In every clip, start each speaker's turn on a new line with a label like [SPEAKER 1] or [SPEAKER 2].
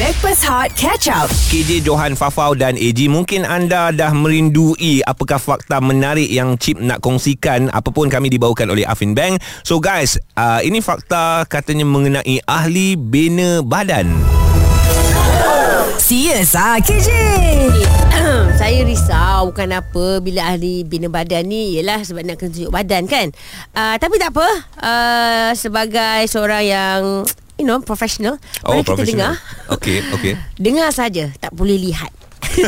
[SPEAKER 1] Backpass Hot Catch Up.
[SPEAKER 2] KJ Johan Fafau dan AG Mungkin anda dah merindui Apakah fakta menarik yang Chip nak kongsikan Apapun kami dibawakan oleh Afin Bank So guys uh, Ini fakta katanya mengenai ahli bina badan
[SPEAKER 1] Serius ah KJ.
[SPEAKER 3] saya risau bukan apa bila ahli bina badan ni ialah sebab nak kena tunjuk badan kan. Uh, tapi tak apa. Uh, sebagai seorang yang you know professional,
[SPEAKER 2] Oh,
[SPEAKER 3] mari kita dengar.
[SPEAKER 2] Okay, okay
[SPEAKER 3] Dengar saja, tak boleh lihat.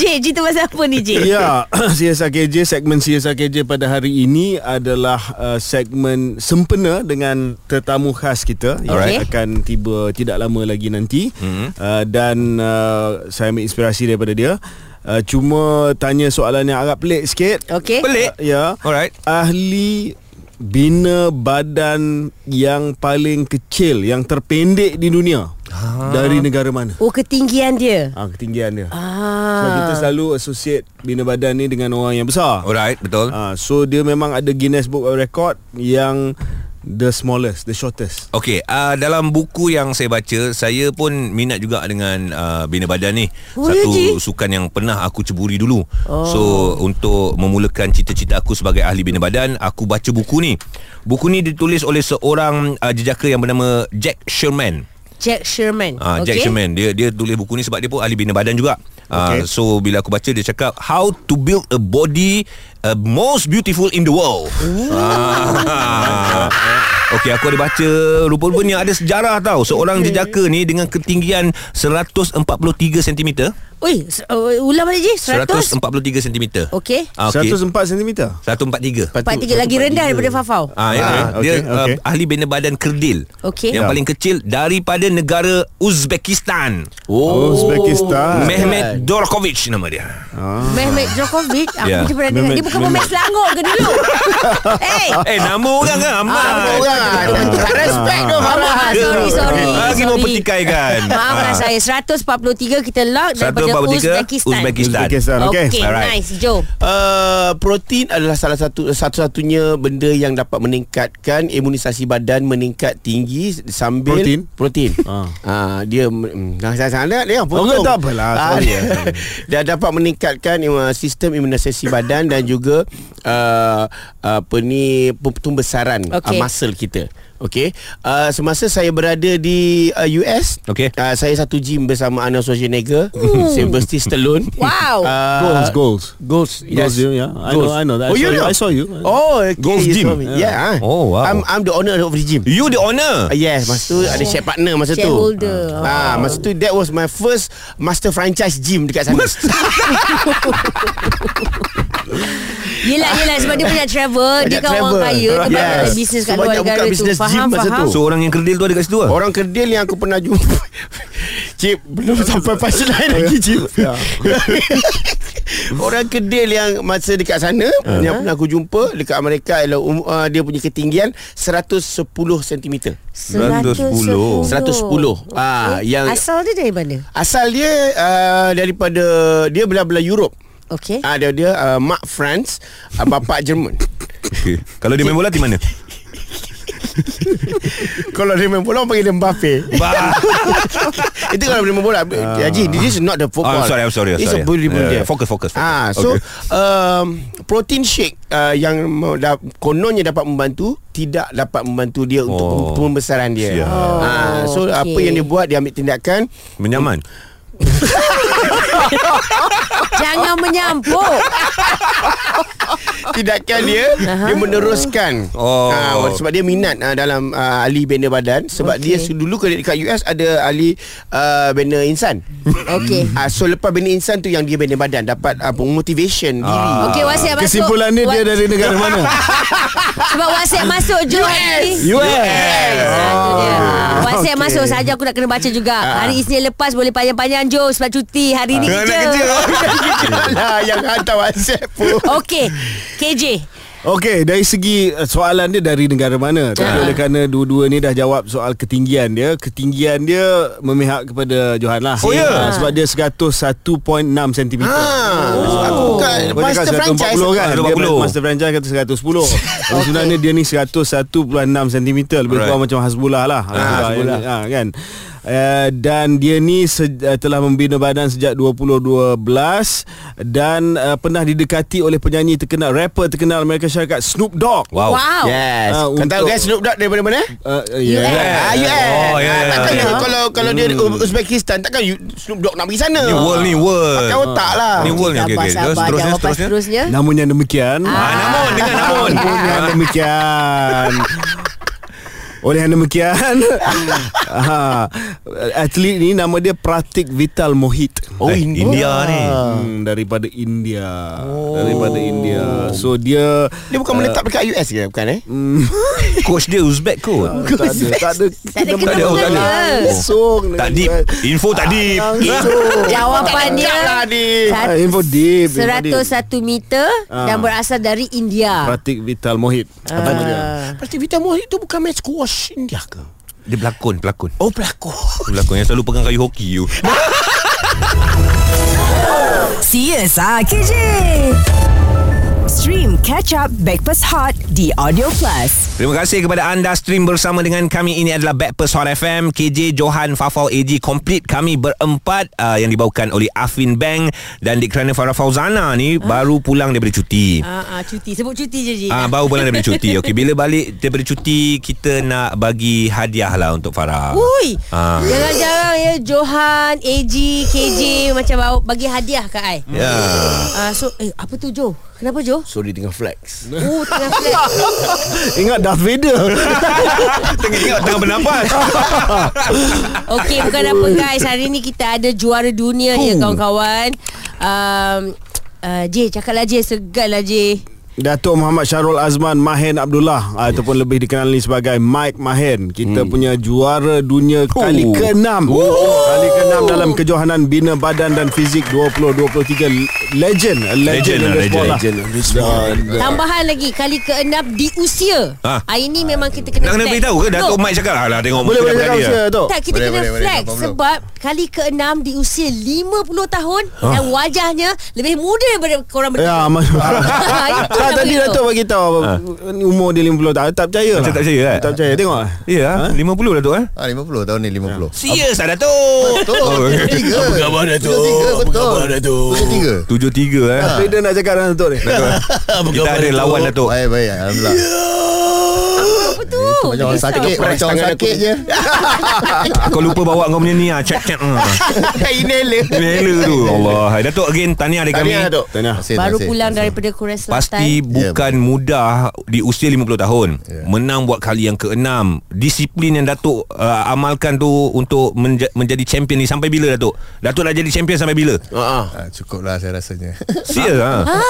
[SPEAKER 3] J, J tu pasal apa ni J?
[SPEAKER 4] Ya, CSR KJ segmen CSR KJ pada hari ini adalah uh, segmen sempena dengan tetamu khas kita
[SPEAKER 2] Alright.
[SPEAKER 4] yang akan tiba tidak lama lagi nanti
[SPEAKER 2] Mhm.
[SPEAKER 4] uh, dan uh, saya ambil inspirasi daripada dia. Uh, cuma tanya soalan yang agak pelik sikit.
[SPEAKER 3] Okey.
[SPEAKER 2] Pelik
[SPEAKER 4] Uh, ya.
[SPEAKER 2] Alright
[SPEAKER 4] Ahli bina badan yang paling kecil, yang terpendek di dunia.
[SPEAKER 2] Ah.
[SPEAKER 4] Ha. Dari negara mana?
[SPEAKER 3] Oh ketinggian dia.
[SPEAKER 4] Ah, ketinggian dia. So kita
[SPEAKER 3] Ah.
[SPEAKER 4] selalu associate bina badan ni dengan orang yang besar.
[SPEAKER 2] Alright, betul
[SPEAKER 4] Ah, so dia memang ada Guinness Book of Record yang the smallest, the shortest.
[SPEAKER 2] Okey, uh, dalam buku yang saya baca, saya pun minat juga dengan uh, bina badan ni.
[SPEAKER 3] Oh,
[SPEAKER 2] Satu
[SPEAKER 3] ya, Ji?
[SPEAKER 2] sukan yang pernah aku ceburi dulu. Oh. So, untuk memulakan cita-cita aku sebagai ahli bina badan, aku baca buku ni. Buku ni ditulis oleh seorang uh, jejaka yang bernama Jack Sherman.
[SPEAKER 3] Jack Sherman.
[SPEAKER 2] Ah, Jack Sherman dia dia tulis buku ni sebab dia pun ahli bina badan juga. Ah,
[SPEAKER 4] Okey.
[SPEAKER 2] so bila aku baca dia cakap how to build a body uh, most beautiful in the world. Ah. Okey aku ada baca rupa-rupanya ada sejarah tau. Seorang jejaka ni dengan ketinggian 143 cm.
[SPEAKER 3] Ui, se- uh, ulang balik J. 100.
[SPEAKER 2] 143 cm.
[SPEAKER 3] Okey.
[SPEAKER 2] Ah, okey.
[SPEAKER 4] Okay. 104 cm.
[SPEAKER 2] 143.
[SPEAKER 3] Empat tiga lagi rendah daripada Fafau.
[SPEAKER 2] Ah, ya,
[SPEAKER 4] Ah,
[SPEAKER 2] dia
[SPEAKER 4] okey, okey.
[SPEAKER 2] Uh, ahli bina badan kerdil.
[SPEAKER 3] Okey.
[SPEAKER 2] Yang
[SPEAKER 4] Ya.
[SPEAKER 2] paling kecil daripada negara Uzbekistan.
[SPEAKER 4] Oh, Uzbekistan.
[SPEAKER 2] Mehmet Dorkovic nama dia.
[SPEAKER 3] Mehmet Djokovic Aku
[SPEAKER 2] Ya.
[SPEAKER 3] yeah. pernah dengar Dia
[SPEAKER 4] Mehmet-
[SPEAKER 3] bukan pemain Selangor ke dulu Hey
[SPEAKER 2] Eh nama orang kan Ahmad
[SPEAKER 3] Tak respect tu Farah Sorry sorry
[SPEAKER 2] Lagi mau
[SPEAKER 3] sorry.
[SPEAKER 2] pertikaikan Ah.
[SPEAKER 3] Maafkan saya 143 kita lock Daripada
[SPEAKER 2] 143,
[SPEAKER 3] Uzbekistan
[SPEAKER 2] Uzbekistan.
[SPEAKER 4] Uzbekistan, okey.
[SPEAKER 3] Okay
[SPEAKER 2] Alright.
[SPEAKER 3] nice Jom
[SPEAKER 5] Uh, protein adalah salah satu satu-satunya benda yang dapat meningkatkan imunisasi badan meningkat tinggi sambil
[SPEAKER 4] Protein?
[SPEAKER 5] protein.
[SPEAKER 4] Ah.
[SPEAKER 5] Ah dia mm, dah sangat dia
[SPEAKER 4] Oh,
[SPEAKER 5] potong.
[SPEAKER 4] tak apalah,
[SPEAKER 5] Ah,
[SPEAKER 4] sorry.
[SPEAKER 5] dia, dia dapat meningkatkan uh, sistem imunisasi badan dan juga uh, apa ni pem- pembesaran okay.
[SPEAKER 3] Okey.
[SPEAKER 5] uh, muscle kita. Okey. Uh, semasa saya berada di uh, US,
[SPEAKER 2] Okey.
[SPEAKER 5] uh, saya satu gym bersama Arnold Schwarzenegger, Sylvester Stallone.
[SPEAKER 3] Hmm. Wow.
[SPEAKER 5] Uh,
[SPEAKER 4] Goals, goals.
[SPEAKER 5] Goals, yes.
[SPEAKER 4] Goals, yeah. I know, I know. I
[SPEAKER 5] oh,
[SPEAKER 4] saw
[SPEAKER 5] you
[SPEAKER 4] you.
[SPEAKER 5] know?
[SPEAKER 4] I saw you.
[SPEAKER 5] Oh, okay.
[SPEAKER 4] Goals
[SPEAKER 5] you
[SPEAKER 4] gym.
[SPEAKER 5] saw me. Yeah.
[SPEAKER 2] Oh, wow.
[SPEAKER 5] I'm, I'm the owner of the gym.
[SPEAKER 2] You the owner
[SPEAKER 5] Uh, yes, masa tu ada share partner masa tu.
[SPEAKER 3] Shareholder.
[SPEAKER 5] Ah, masa tu that was my first master franchise gym dekat sana.
[SPEAKER 3] Yelah yelah Sebab dia punya travel Dia
[SPEAKER 5] Banyak
[SPEAKER 3] kan orang
[SPEAKER 5] travel.
[SPEAKER 3] kaya Dia
[SPEAKER 5] Yes.
[SPEAKER 3] banyak bisnes kat
[SPEAKER 5] Sebab
[SPEAKER 3] luar
[SPEAKER 5] dia buka
[SPEAKER 3] negara tu
[SPEAKER 5] bisnes gym
[SPEAKER 3] Faham
[SPEAKER 5] masa
[SPEAKER 3] faham
[SPEAKER 5] tu.
[SPEAKER 2] So orang yang kerdil tu ada kat situ lah
[SPEAKER 5] Orang kedil yang aku pernah jumpa Cip Belum sampai punchline lagi Cip Orang kedil yang Masa dekat sana uh-huh. Yang pernah aku jumpa Dekat Amerika ialah, um, uh, Dia punya ketinggian 110
[SPEAKER 2] 110.
[SPEAKER 5] cm 110. Ah,
[SPEAKER 3] Okey.
[SPEAKER 5] yang-
[SPEAKER 3] Asal dia dari mana?
[SPEAKER 5] Asal dia uh, Daripada Dia belah-belah Europe
[SPEAKER 3] Okay
[SPEAKER 5] Ah, dia dia uh, mak France, uh, bapak Jerman.
[SPEAKER 2] okay. Kalau dia main bola di mana?
[SPEAKER 5] kalau dia main bola orang panggil dia Mbappe.
[SPEAKER 2] Ba-
[SPEAKER 5] Itu kalau dia main bola. Uh. Haji, this is not the
[SPEAKER 2] Ah,
[SPEAKER 5] football.
[SPEAKER 2] I'm sorry, I'm sorry, I'm
[SPEAKER 5] It's
[SPEAKER 2] sorry.
[SPEAKER 5] a bodybuilder.
[SPEAKER 2] Yeah, focus, focus, focus.
[SPEAKER 5] Ah, so
[SPEAKER 2] Okay.
[SPEAKER 5] okay. um, protein shake uh, yang mau- dah, kononnya dapat membantu tidak dapat membantu dia oh. untuk
[SPEAKER 2] Oh.
[SPEAKER 5] pembesaran
[SPEAKER 2] Sial.
[SPEAKER 5] dia. Ah,
[SPEAKER 3] Oh,
[SPEAKER 5] so apa
[SPEAKER 3] okay.
[SPEAKER 5] yang dia buat dia ambil tindakan
[SPEAKER 2] Menyaman
[SPEAKER 3] Jangan menyampuk
[SPEAKER 5] tindakan dia dia meneruskan
[SPEAKER 2] Oh.
[SPEAKER 5] Ah, sebab dia minat ah, dalam ah, ahli benda badan sebab
[SPEAKER 3] Okey.
[SPEAKER 5] okay. dia dulu ke- dekat US ada ahli ah, benda insan
[SPEAKER 3] Okay
[SPEAKER 5] Ah, so lepas benda insan tu yang dia benda badan dapat apa motivation
[SPEAKER 2] Ah.
[SPEAKER 5] diri.
[SPEAKER 3] Okay WhatsApp masuk
[SPEAKER 4] Kesimpulan ni dia
[SPEAKER 3] Wa-
[SPEAKER 4] dari negara mana?
[SPEAKER 3] Sebab WhatsApp masuk je hari ni.
[SPEAKER 4] US.
[SPEAKER 3] Ah, tu dia.
[SPEAKER 5] Oh,
[SPEAKER 3] WhatsApp
[SPEAKER 5] okey. Ah.
[SPEAKER 3] masuk saja aku nak kena baca juga. Hari Isnin lepas boleh panjang-panjang Jo sebab cuti. Hari ni
[SPEAKER 2] Nak kerja.
[SPEAKER 3] kerja.
[SPEAKER 5] Alah yang hantar WhatsApp pun.
[SPEAKER 3] Okey. KJ.
[SPEAKER 4] Okey, dari segi uh, soalan dia dari negara mana? Tapi
[SPEAKER 3] Ah.
[SPEAKER 4] oleh kerana dua-dua ni dah jawab soal ketinggian dia, ketinggian dia memihak kepada Johan lah.
[SPEAKER 2] Oh, ya?
[SPEAKER 4] Ah, sebab dia 101.6 cm.
[SPEAKER 5] Ah, aku bukan
[SPEAKER 4] Kau cakap
[SPEAKER 5] master
[SPEAKER 4] 140
[SPEAKER 5] franchise.
[SPEAKER 4] kan
[SPEAKER 2] Ah,
[SPEAKER 4] Dia
[SPEAKER 2] 140.
[SPEAKER 4] master franchise kata 110 okay. Sebenarnya dia ni 101.6 cm Lebih
[SPEAKER 2] Alright.
[SPEAKER 4] kurang macam Hasbullah lah
[SPEAKER 2] Hasbullah.
[SPEAKER 4] ha, kan uh, dan dia ni se- uh, telah membina badan sejak 2012 dan uh, pernah didekati oleh penyanyi terkenal rapper terkenal Amerika Syarikat Snoop Dogg.
[SPEAKER 2] Wow.
[SPEAKER 3] Wow.
[SPEAKER 5] Yes.
[SPEAKER 4] Ah,
[SPEAKER 5] Uh, Kau tahu
[SPEAKER 4] untuk-
[SPEAKER 5] kan Snoop Dogg daripada mana?
[SPEAKER 4] Uh,
[SPEAKER 5] Ah,
[SPEAKER 2] US.
[SPEAKER 5] US.
[SPEAKER 2] Oh, ya,
[SPEAKER 5] Ah,
[SPEAKER 2] ya,
[SPEAKER 5] Takkan
[SPEAKER 2] ya.
[SPEAKER 5] you- kalau kalau dia U- Uzbekistan takkan you- Snoop Dogg nak pergi sana.
[SPEAKER 2] Ni world ni world.
[SPEAKER 5] Pakai otak lah.
[SPEAKER 2] Ni world ni. Okey okey.
[SPEAKER 3] Sabar,
[SPEAKER 2] Terus
[SPEAKER 3] sabar.
[SPEAKER 2] terusnya
[SPEAKER 3] Jawapan
[SPEAKER 2] terusnya.
[SPEAKER 3] seterusnya.
[SPEAKER 4] Namun yang demikian
[SPEAKER 2] Ah, namun dengan namun. Ah.
[SPEAKER 4] Dengan demikian Oleh yang demikian ha, Atlet ni nama dia Pratik Vital Mohit
[SPEAKER 2] Oh, eh, India ni.
[SPEAKER 4] Hmm, daripada India oh. Daripada India So dia
[SPEAKER 5] Dia bukan menetap dekat US ke? Bukan eh?
[SPEAKER 2] Hmm, Coach dia Uzbek kot.
[SPEAKER 4] Tak ada Tak ada
[SPEAKER 3] Tak ada kena
[SPEAKER 2] ada, oh, tak
[SPEAKER 3] mengena.
[SPEAKER 4] Langsung
[SPEAKER 2] Tak deep. Info tak deep.
[SPEAKER 4] Langsung
[SPEAKER 3] Jawapannya
[SPEAKER 5] Tak lah ni.
[SPEAKER 4] Ah, info deep, info deep.
[SPEAKER 3] 101 meter dan
[SPEAKER 4] Ah.
[SPEAKER 3] berasal dari India.
[SPEAKER 4] Pratik Vital Mohit
[SPEAKER 3] Ah.
[SPEAKER 4] Apa nama dia?
[SPEAKER 5] Pasti Vita Mohit tu bukan main squash India ke?
[SPEAKER 2] Dia pelakon, pelakon.
[SPEAKER 5] Oh pelakon.
[SPEAKER 2] Pelakon yang selalu pegang kayu hoki you.
[SPEAKER 1] CSR KJ. Stream Catch Up Backpass Hot di Audio Plus.
[SPEAKER 2] Terima kasih kepada anda stream bersama dengan kami. Ini adalah Backpast Hot FM. KJ, Johan, Fafau, AG complete kami berempat uh, yang dibawakan oleh Afin Bank dan dikerana Farah Fauzana ni baru pulang daripada cuti.
[SPEAKER 3] Ah, ah, cuti. Sebut cuti je, Ji.
[SPEAKER 2] Ah, baru pulang daripada cuti. Okey, bila balik daripada cuti, kita nak bagi hadiah lah untuk Farah.
[SPEAKER 3] Ui
[SPEAKER 2] Ah.
[SPEAKER 3] Jarang-jarang ya Johan AG KJ Macam bawa, bagi hadiah kat I
[SPEAKER 4] Hmm.
[SPEAKER 2] Ya.
[SPEAKER 3] uh, So eh, Apa tu Jo? Kenapa Jo?
[SPEAKER 5] Sorry tengah flex.
[SPEAKER 3] Oh tengah flat
[SPEAKER 4] Ingat Darth Vader
[SPEAKER 2] Tengok tengah bernafas.
[SPEAKER 3] Okey bukan apa guys Hari ni kita ada juara dunia ya kawan-kawan um, uh, J cakaplah J Segat lah J
[SPEAKER 4] Datuk Muhammad Syarul Azman Mahen Abdullah yes. ataupun lebih dikenali sebagai Mike Mahen. Kita hmm. punya juara dunia oh. kali ke-6. Oh. Kali ke-6 dalam kejohanan bina badan dan fizik 2023 legend A
[SPEAKER 2] Legend
[SPEAKER 4] legend
[SPEAKER 2] lah,
[SPEAKER 4] in
[SPEAKER 2] legend.
[SPEAKER 4] sport lah.
[SPEAKER 5] Legend of this one.
[SPEAKER 3] Tambahan lagi Kali keenam di usia
[SPEAKER 2] Ah.
[SPEAKER 3] Hari ni memang kita
[SPEAKER 2] Nak
[SPEAKER 3] kena
[SPEAKER 2] kena
[SPEAKER 3] flex.
[SPEAKER 2] beritahu ke? Datuk
[SPEAKER 3] No.
[SPEAKER 2] Mat cakap lah. lah tengok
[SPEAKER 4] Boleh boleh
[SPEAKER 2] dah
[SPEAKER 4] cakap
[SPEAKER 2] berani
[SPEAKER 4] usia
[SPEAKER 2] lah.
[SPEAKER 4] tu.
[SPEAKER 3] Tak, kita boleh,
[SPEAKER 5] Boleh,
[SPEAKER 3] kena
[SPEAKER 5] boleh, boleh.
[SPEAKER 3] flex
[SPEAKER 5] Faham, faham.
[SPEAKER 3] sebab kali keenam di usia 50 tahun dan wajahnya lebih muda daripada korang berdua.
[SPEAKER 4] Ya, mas-
[SPEAKER 3] Itu
[SPEAKER 4] tak
[SPEAKER 3] nama
[SPEAKER 4] tadi
[SPEAKER 3] dia.
[SPEAKER 4] Datuk bagi tahu umur dia 50 tahun. Tak percaya lah.
[SPEAKER 2] Ah. Macam tak percaya, eh?
[SPEAKER 4] Tak percaya. Tengok. lah.
[SPEAKER 2] Ya, ha? 50 Datuk eh?
[SPEAKER 6] Ah 50 tahun ni 50.
[SPEAKER 2] Serius lah Datuk.
[SPEAKER 6] Betul. Tiga. Apa khabar Datuk? Tiga betul. Apa khabar Datuk? Tiga.
[SPEAKER 2] 73 eh.
[SPEAKER 4] Darth Vader nak cakap dengan Datuk ni.
[SPEAKER 2] Kita ada Eh, lawan Datuk.
[SPEAKER 6] Baik baik alhamdulillah.
[SPEAKER 3] Apa tu?
[SPEAKER 6] Macam orang sakit, macam orang sakit je.
[SPEAKER 2] Kau lupa bawa kau punya ni ah, cek cek. ah.
[SPEAKER 5] Inhaler.
[SPEAKER 2] Bela tu. Allah. Hai, Datuk again tanya adik kami.
[SPEAKER 5] Tahniah Datuk.
[SPEAKER 4] Tanya.
[SPEAKER 6] Terima kasih,
[SPEAKER 3] Baru
[SPEAKER 6] terima kasih.
[SPEAKER 3] pulang daripada Korea Selatan.
[SPEAKER 2] Pasti bukan mudah di usia 50 tahun
[SPEAKER 6] Ya.
[SPEAKER 2] menang buat kali yang keenam. Disiplin yang Datuk uh, amalkan tu untuk menja- menjadi champion ni sampai bila Datuk? Datuk dah jadi champion sampai bila?
[SPEAKER 5] Ah.
[SPEAKER 6] Ah, cukup lah saya rasanya.
[SPEAKER 2] Serius ah.
[SPEAKER 3] Ha?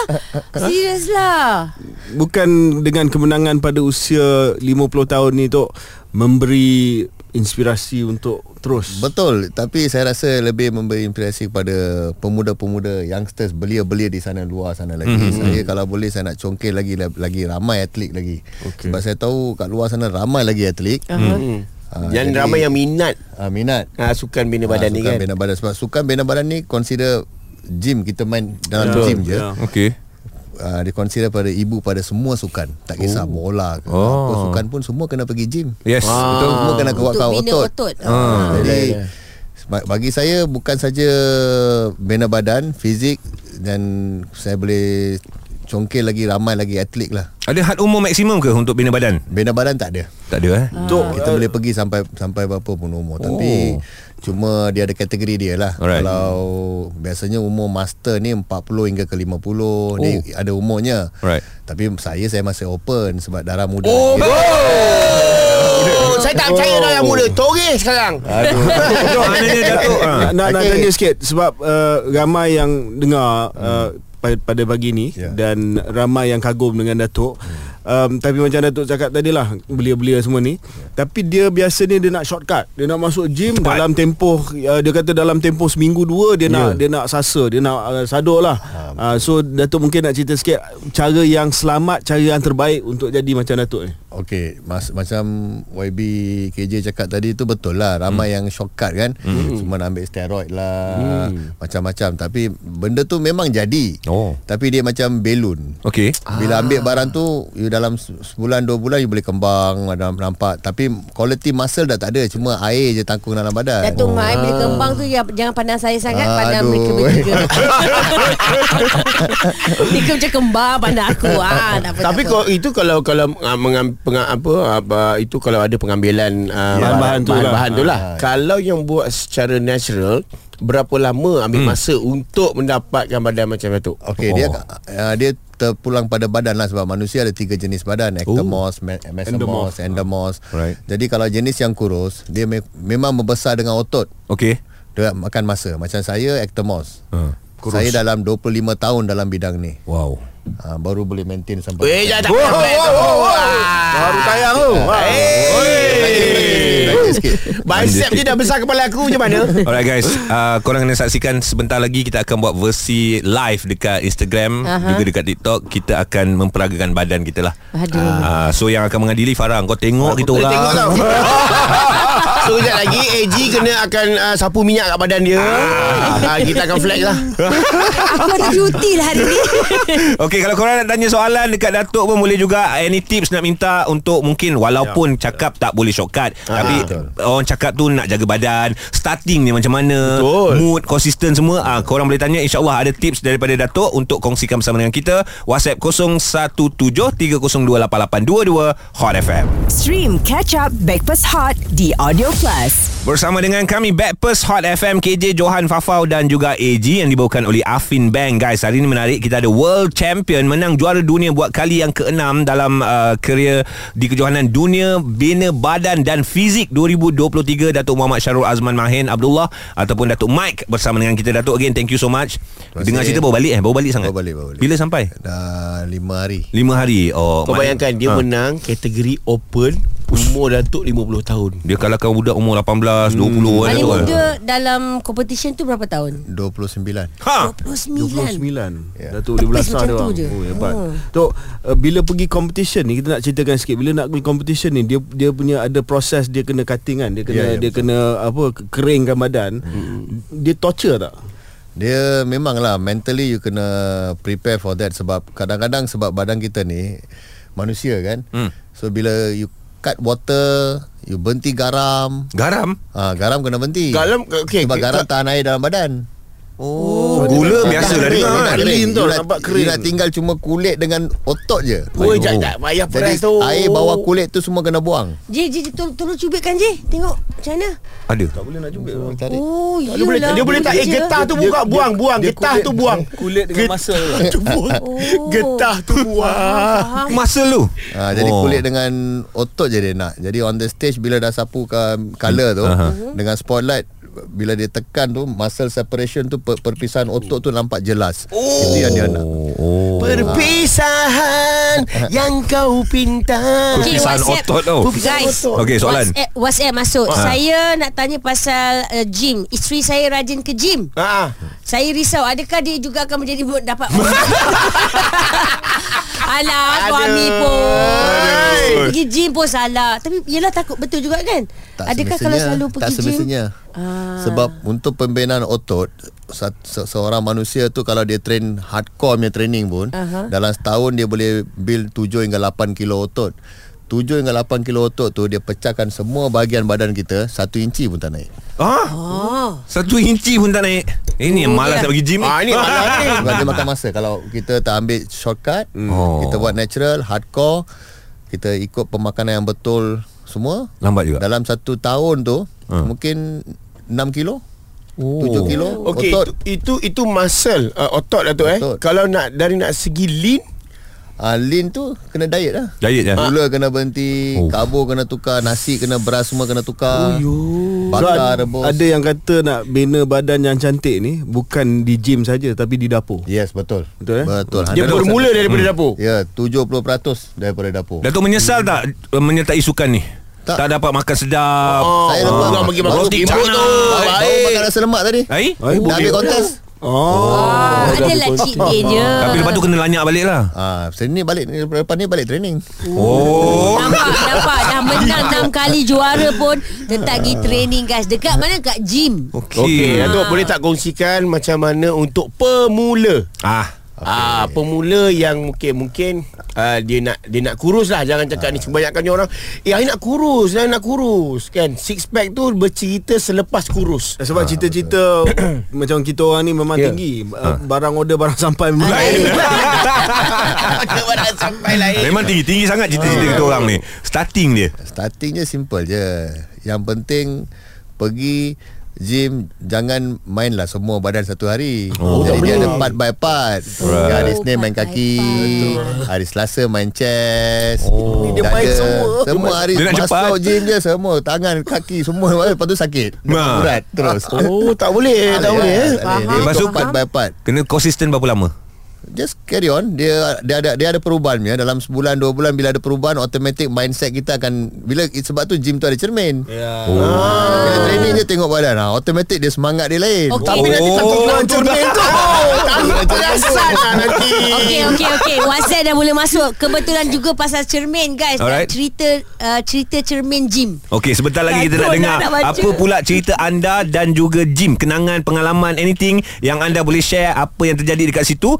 [SPEAKER 3] Serius lah.
[SPEAKER 4] Bukan dengan kemenangan pada usia 50 tahun ni Tok Memberi inspirasi untuk terus
[SPEAKER 6] Betul Tapi saya rasa Lebih memberi inspirasi kepada Pemuda-pemuda Youngsters Belia-belia di sana Luar sana lagi mm-hmm. Saya kalau boleh Saya nak congkel lagi Lagi ramai atlet lagi okay. Sebab saya tahu Kat luar sana Ramai lagi atlet
[SPEAKER 5] Hmm. Yang
[SPEAKER 6] jadi-
[SPEAKER 5] ramai yang minat
[SPEAKER 6] uh, Minat
[SPEAKER 5] ah, sukan bina badan
[SPEAKER 6] Ah,
[SPEAKER 5] ni
[SPEAKER 6] sukan
[SPEAKER 5] kan.
[SPEAKER 6] bina badan sebab sukan bina badan ni consider gym kita main dalam
[SPEAKER 4] Betul,
[SPEAKER 6] yeah. gym je.
[SPEAKER 4] ya.
[SPEAKER 6] Yeah.
[SPEAKER 2] Okey.
[SPEAKER 6] Uh, dia consider pada ibu pada semua sukan. Tak kisah oh. bola ke
[SPEAKER 2] Oh.
[SPEAKER 6] oh. apa sukan pun semua kena pergi gym.
[SPEAKER 2] Yes,
[SPEAKER 6] Ah.
[SPEAKER 2] betul.
[SPEAKER 6] Semua kena
[SPEAKER 3] Untuk
[SPEAKER 6] kuatkan
[SPEAKER 3] bina
[SPEAKER 6] otot.
[SPEAKER 3] otot. Oh.
[SPEAKER 6] Ah, Jadi ba- bagi saya bukan saja bina badan, fizik dan saya boleh congkel lagi ramai lagi atlet lah.
[SPEAKER 2] Ada had umur maksimum ke untuk bina badan?
[SPEAKER 6] Bina badan tak ada.
[SPEAKER 2] Tak ada eh.
[SPEAKER 6] Tok, kita boleh pergi sampai sampai berapa pun umur. Oh. Tapi cuma dia ada kategori dia lah.
[SPEAKER 2] Alright.
[SPEAKER 6] Kalau biasanya umur master ni 40 hingga ke 50 oh. dia ada umurnya.
[SPEAKER 2] Alright.
[SPEAKER 6] Tapi saya saya masih open sebab darah muda. Oh,
[SPEAKER 5] Oh, saya tak percaya dah yang muda. Toreh sekarang.
[SPEAKER 2] Maknanya Datuk ah.
[SPEAKER 4] Nak, nak, nak
[SPEAKER 6] Okay.
[SPEAKER 4] tanya sikit Sebab uh, ramai yang dengar uh, pada, pada pagi ni yeah.
[SPEAKER 6] Ya.
[SPEAKER 4] Dan ramai yang kagum dengan Datuk um, Tapi macam Datuk cakap tadi lah Belia-belia semua ni Tapi dia biasanya dia nak shortcut Dia nak masuk gym Cepat. Dalam tempoh uh, Dia kata dalam tempoh seminggu dua Dia yeah. nak dia nak sasa Dia nak uh, sadur lah uh, So Datuk mungkin nak cerita sikit Cara yang selamat Cara yang terbaik Untuk jadi macam Datuk ni
[SPEAKER 6] Okey, mas, macam YB KJ cakap tadi tu betul lah. Ramai yang shortcut kan. Semua nak ambil steroid lah, macam-macam. Tapi benda tu memang jadi.
[SPEAKER 2] Oh.
[SPEAKER 6] Tapi dia macam belon.
[SPEAKER 2] Okey.
[SPEAKER 6] Bila ambil barang tu you dalam se- sebulan dua bulan you boleh kembang ah, dalam nampak tapi quality muscle dah tak ada cuma air je tangkung dalam badan. Oh.
[SPEAKER 3] Datuk Mai bila
[SPEAKER 5] Ah.
[SPEAKER 3] kembang tu ya, Jangan pandang saya sangat
[SPEAKER 6] Ah,
[SPEAKER 3] Pandang
[SPEAKER 6] aduh.
[SPEAKER 3] mereka bertiga Mereka macam kembang Pandang aku ah, tak apa,
[SPEAKER 5] Tapi
[SPEAKER 3] tak apa.
[SPEAKER 5] kalau itu kalau kalau uh, mengam, peng, apa, apa itu kalau ada pengambilan uh,
[SPEAKER 4] Bahan-bahan tu lah.
[SPEAKER 5] bahan tu lah. Kalau yang buat secara natural berapa lama ambil masa untuk mendapatkan badan macam tu?
[SPEAKER 6] Okey oh. dia uh, dia terpulang pada badan lah sebab manusia ada tiga jenis badan ectomorph, me- mesomorph, Oh. endomorph.
[SPEAKER 2] Right.
[SPEAKER 6] Jadi kalau jenis yang kurus dia me- memang membesar dengan otot.
[SPEAKER 2] Okey.
[SPEAKER 6] Dia makan masa. Macam saya ectomorph.
[SPEAKER 2] Ha.
[SPEAKER 6] Ah, Kurus. Saya dalam 25 tahun dalam bidang ni.
[SPEAKER 2] Wow.
[SPEAKER 6] Uh, baru boleh maintain sampai.
[SPEAKER 5] Weh, Oh. Eh, jangan tak payah plan tu. Ah.
[SPEAKER 4] Baru tayang tu
[SPEAKER 5] Eh.
[SPEAKER 6] Lagi sikit.
[SPEAKER 5] Bicep je dah besar kepala aku macam mana?
[SPEAKER 2] Alright guys uh, Korang kena saksikan Sebentar lagi kita akan buat versi Live dekat Instagram
[SPEAKER 3] Aha.
[SPEAKER 2] uh-huh. Juga dekat TikTok Kita akan memperagakan badan kita lah
[SPEAKER 3] Aduh.
[SPEAKER 2] uh, So yang akan mengadili Farah Kau tengok kita
[SPEAKER 5] Boleh
[SPEAKER 2] orang
[SPEAKER 5] tengok tau So kejap lagi AG kena akan uh, sapu minyak kat badan dia ah. Kita akan flex lah
[SPEAKER 3] Aku ada cuti lah hari ni
[SPEAKER 2] Okay kalau korang nak tanya soalan Dekat Datuk pun boleh juga Eh, Any tips nak minta Untuk mungkin Walaupun ya. cakap tak boleh shortcut
[SPEAKER 5] Ah,
[SPEAKER 2] Tapi
[SPEAKER 5] betul.
[SPEAKER 2] Orang cakap tu nak jaga badan Starting ni macam mana
[SPEAKER 5] Betul.
[SPEAKER 2] Mood Konsisten semua ah, Korang boleh tanya InsyaAllah ada tips daripada Datuk Untuk kongsikan bersama dengan kita WhatsApp 0173028822 Hot FM
[SPEAKER 1] Stream Catch Up Backpass Hot The Audio Plus.
[SPEAKER 2] Bersama dengan kami Backpast Hot FM KJ Johan Fafau dan juga AG yang dibawakan oleh Afin Bank guys. Hari ini menarik kita ada world champion menang juara dunia buat kali yang keenam dalam uh, kerjaya di kejohanan dunia bina badan dan fizik 2023 Datuk Muhammad Syarul Azman Mahin Abdullah ataupun Datuk Mike bersama dengan kita Datuk again thank you so much.
[SPEAKER 6] kasih.
[SPEAKER 2] Dengar cerita baru balik eh baru balik sangat.
[SPEAKER 6] Baru balik, baru balik.
[SPEAKER 2] Bila sampai?
[SPEAKER 6] Dah lima hari.
[SPEAKER 2] Lima hari. Oh,
[SPEAKER 5] Kau Ha.
[SPEAKER 2] mak-
[SPEAKER 5] bayangkan dia
[SPEAKER 2] Ah.
[SPEAKER 5] menang kategori open Umur Datuk 50 tahun
[SPEAKER 2] dia kalahkan budak umur 18, 20
[SPEAKER 5] Hmm.
[SPEAKER 3] Paling
[SPEAKER 2] kan.
[SPEAKER 3] muda dalam competition tu berapa tahun?
[SPEAKER 6] 29.
[SPEAKER 2] Ha.
[SPEAKER 3] 29
[SPEAKER 4] 29
[SPEAKER 6] Ya.
[SPEAKER 4] yeah. Datuk 12
[SPEAKER 3] Tepis
[SPEAKER 4] besar
[SPEAKER 3] macam tu
[SPEAKER 4] dia orang
[SPEAKER 3] je.
[SPEAKER 4] Oh hebat
[SPEAKER 3] Oh.
[SPEAKER 4] oh. So uh, bila pergi competition ni Kita nak ceritakan sikit Bila nak pergi competition ni Dia dia punya ada proses Dia kena cutting kan Dia kena
[SPEAKER 6] Ya, ya,
[SPEAKER 4] dia
[SPEAKER 6] betul.
[SPEAKER 4] kena apa Keringkan badan Dia torture tak?
[SPEAKER 6] Dia memanglah mentally you kena prepare for that sebab kadang-kadang sebab badan kita ni manusia kan.
[SPEAKER 2] Hmm.
[SPEAKER 6] So bila you cut water, you berhenti garam.
[SPEAKER 2] Garam.
[SPEAKER 6] Ah ha, garam kena berhenti.
[SPEAKER 5] Garam, okey.
[SPEAKER 6] sebab garam tahan air dalam badan.
[SPEAKER 2] Oh, gula biasa lah
[SPEAKER 6] Kering,
[SPEAKER 2] dia.
[SPEAKER 6] dia nak
[SPEAKER 2] kan?
[SPEAKER 4] Kering
[SPEAKER 6] kering.
[SPEAKER 4] tau,
[SPEAKER 6] You nak-
[SPEAKER 4] nampak
[SPEAKER 6] You
[SPEAKER 4] kering.
[SPEAKER 6] nak tinggal cuma kulit dengan otot je.
[SPEAKER 5] Woi, jangan tak payah
[SPEAKER 6] Jadi
[SPEAKER 5] peras tu
[SPEAKER 6] air bawah kulit tu semua kena buang.
[SPEAKER 3] Je, je, je tolong, tolong cubitkan je Tengok macam mana
[SPEAKER 2] Ada.
[SPEAKER 6] Tarik.
[SPEAKER 3] Oh,
[SPEAKER 5] Eh, Tak, dia boleh,
[SPEAKER 3] yelah
[SPEAKER 5] dia boleh tak Eh
[SPEAKER 3] je.
[SPEAKER 5] getah tu buka Buang buang Getah tu buang Oh.
[SPEAKER 4] Kulit dengan masa
[SPEAKER 5] Getah tu buang Getah tu buang
[SPEAKER 3] Faham
[SPEAKER 2] Masa lu.
[SPEAKER 6] Ha, jadi
[SPEAKER 2] Oh.
[SPEAKER 6] oh. kulit dengan otot je dia nak. Jadi on the stage bila dah sapu ke color tu
[SPEAKER 3] Mhm.
[SPEAKER 6] uh-huh. dengan spotlight bila dia tekan tu muscle separation tu per- perpisahan otot tu nampak jelas. Oh. Itu yang dia nak.
[SPEAKER 2] Oh.
[SPEAKER 5] Perpisahan Yang kau pinta
[SPEAKER 3] Okay,
[SPEAKER 2] Perpisahan
[SPEAKER 3] WhatsApp.
[SPEAKER 2] otot tau.
[SPEAKER 5] Perpisahan
[SPEAKER 3] Guys.
[SPEAKER 5] otot.
[SPEAKER 2] Okey, soalan. Ah.
[SPEAKER 3] WhatsApp, WhatsApp masuk Saya nak tanya pasal uh, gym Isteri saya rajin ke gym
[SPEAKER 5] Ah,
[SPEAKER 3] Saya risau Adakah dia juga akan menjadi bu- Dapat Alah Suami
[SPEAKER 5] Aduh.
[SPEAKER 3] pun Pergi gym pun salah Tapi yelah takut betul juga kan
[SPEAKER 6] Tak
[SPEAKER 3] Adakah
[SPEAKER 6] semestinya,
[SPEAKER 3] kalau selalu pergi
[SPEAKER 6] tak semestinya.
[SPEAKER 3] gym ah.
[SPEAKER 6] Sebab untuk pembinaan otot sa- se- seorang manusia tu kalau dia train hardcore punya training pun
[SPEAKER 3] Aha.
[SPEAKER 6] uh-huh. dalam setahun dia boleh build 7 hingga 8 kilo otot. 7 hingga 8 kilo otot tu dia pecahkan semua bahagian badan kita satu inci pun tak naik.
[SPEAKER 2] Ha?
[SPEAKER 3] Oh
[SPEAKER 2] Satu inci pun tak naik. Ini yang malas
[SPEAKER 3] Iya.
[SPEAKER 2] nak pergi gym ni.
[SPEAKER 5] ah ini malah ni
[SPEAKER 6] Sebab dia makan masa Kalau kita tak ambil shortcut
[SPEAKER 2] Oh.
[SPEAKER 6] oh. Kita buat natural Hardcore Kita ikut pemakanan yang betul Semua
[SPEAKER 2] Lambat juga.
[SPEAKER 6] Dalam satu tahun tu
[SPEAKER 2] Hmm.
[SPEAKER 6] Mungkin 6 kilo oh. 7 kilo
[SPEAKER 5] Okey,
[SPEAKER 6] Otot
[SPEAKER 5] itu itu muscle uh, otot Datuk eh.
[SPEAKER 6] Otot.
[SPEAKER 5] Kalau nak dari nak segi lean
[SPEAKER 6] uh, Lean tu Kena diet lah
[SPEAKER 2] Diet je.
[SPEAKER 6] Gula kena berhenti
[SPEAKER 2] Ya. Oh.
[SPEAKER 6] oh. Karbo kena tukar Nasi kena beras semua kena tukar Bakar
[SPEAKER 4] Oh, ada,
[SPEAKER 6] rebus
[SPEAKER 4] ada yang kata nak bina badan yang cantik ni Bukan di gym saja Tapi di dapur
[SPEAKER 6] Yes betul
[SPEAKER 4] Betul, eh?
[SPEAKER 6] Betul
[SPEAKER 5] dia
[SPEAKER 6] 100%.
[SPEAKER 5] bermula daripada dapur.
[SPEAKER 6] Ya 70% daripada dapur
[SPEAKER 2] Datuk menyesal tak eh, menyertai sukan ni? Tak,
[SPEAKER 6] Tak. Ah.
[SPEAKER 2] tak dapat makan sedap.
[SPEAKER 5] Oh,
[SPEAKER 6] Saya
[SPEAKER 5] saya
[SPEAKER 6] dapat.
[SPEAKER 5] orang bagi makan
[SPEAKER 2] Roti
[SPEAKER 5] timbuk
[SPEAKER 2] canai.
[SPEAKER 5] tu.
[SPEAKER 6] Baru
[SPEAKER 5] Baik.
[SPEAKER 6] makan nasi lemak tadi
[SPEAKER 2] Hai?
[SPEAKER 6] Dah ambil kontes
[SPEAKER 4] Oh.
[SPEAKER 3] Ah, adalah cheat day-nya.
[SPEAKER 2] Tapi lepas tu kena lanyak balik lah
[SPEAKER 6] Ah, Senin ni balik ni, Lepas ni balik training
[SPEAKER 2] Oh
[SPEAKER 3] Nampak, nampak Dah menang 6 kali juara pun Tetap pergi training guys Dekat mana? Kat gym
[SPEAKER 5] Okey, Datuk boleh tak kongsikan macam mana untuk pemula?
[SPEAKER 2] Ah
[SPEAKER 5] Ah, pemula yang mungkin mungkin ah, dia nak dia nak kurus lah jangan cakap ni kebanyakan ni orang eh I nak kurus saya nak kurus kan six pack tu bercerita selepas kurus
[SPEAKER 4] Eh, Sebab cita-cita macam kita orang ni memang
[SPEAKER 5] Ya.
[SPEAKER 4] tinggi. Uh, Barang order barang sampai memang lain.
[SPEAKER 5] Kepada sampai lain
[SPEAKER 2] Memang tinggi-tinggi sangat
[SPEAKER 6] Ah.
[SPEAKER 2] cerita-cerita kita orang ni Starting dia
[SPEAKER 6] Startingnya simple je Yang penting Pergi Gym Jangan main lah semua badan satu hari oh, Jadi dia ada part by part right. Hari Senin main kaki Hari Selasa main chest oh.
[SPEAKER 4] Dia main semua.
[SPEAKER 6] Semua hari
[SPEAKER 2] Dia nak
[SPEAKER 6] Masuk
[SPEAKER 2] cepat.
[SPEAKER 6] gym je semua Tangan, kaki semua Lepas tu sakit
[SPEAKER 2] Ha.
[SPEAKER 6] Berat terus Ah,
[SPEAKER 5] Oh tak boleh Tak boleh eh.
[SPEAKER 2] Lepas
[SPEAKER 6] Masuk
[SPEAKER 2] tu-
[SPEAKER 6] part by part
[SPEAKER 2] Kena konsisten berapa lama?
[SPEAKER 6] Just carry on Dia dia ada dia ada perubahan punya Dalam sebulan dua bulan Bila ada perubahan Automatic mindset kita akan Bila Sebab tu gym tu ada cermin
[SPEAKER 4] Ya.
[SPEAKER 5] Oh. Ah,
[SPEAKER 6] Bila training je tengok badan ha, Automatic dia semangat dia lain
[SPEAKER 3] Okey.
[SPEAKER 5] Tapi nanti tak
[SPEAKER 2] Oh,
[SPEAKER 5] keluar
[SPEAKER 2] tu
[SPEAKER 5] cermin tu Tak perasan lah nanti
[SPEAKER 3] Okey okey okey WhatsApp dah mula masuk Kebetulan juga pasal cermin guys
[SPEAKER 2] Alright.
[SPEAKER 3] Alright. Cerita uh, cerita cermin gym
[SPEAKER 2] Okey, sebentar lagi kita
[SPEAKER 3] Datuk
[SPEAKER 2] nak
[SPEAKER 3] dah
[SPEAKER 2] dengar
[SPEAKER 3] nak baca.
[SPEAKER 2] apa pula cerita anda dan juga Jim, kenangan, pengalaman, anything yang anda boleh share apa yang terjadi dekat situ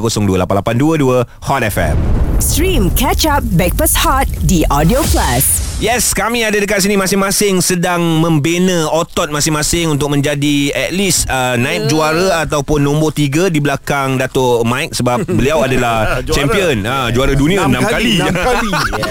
[SPEAKER 2] 0173028822 Hot FM.
[SPEAKER 1] Stream Catch Up Backpass Hot The Audio Plus.
[SPEAKER 2] Yes, kami ada dekat sini masing-masing sedang membina otot masing-masing untuk menjadi at least uh, naib yeah. juara ataupun nombor tiga di belakang Datuk Mike sebab beliau adalah
[SPEAKER 4] Juara.
[SPEAKER 2] champion, ha, juara dunia enam kali.
[SPEAKER 4] Enam kali.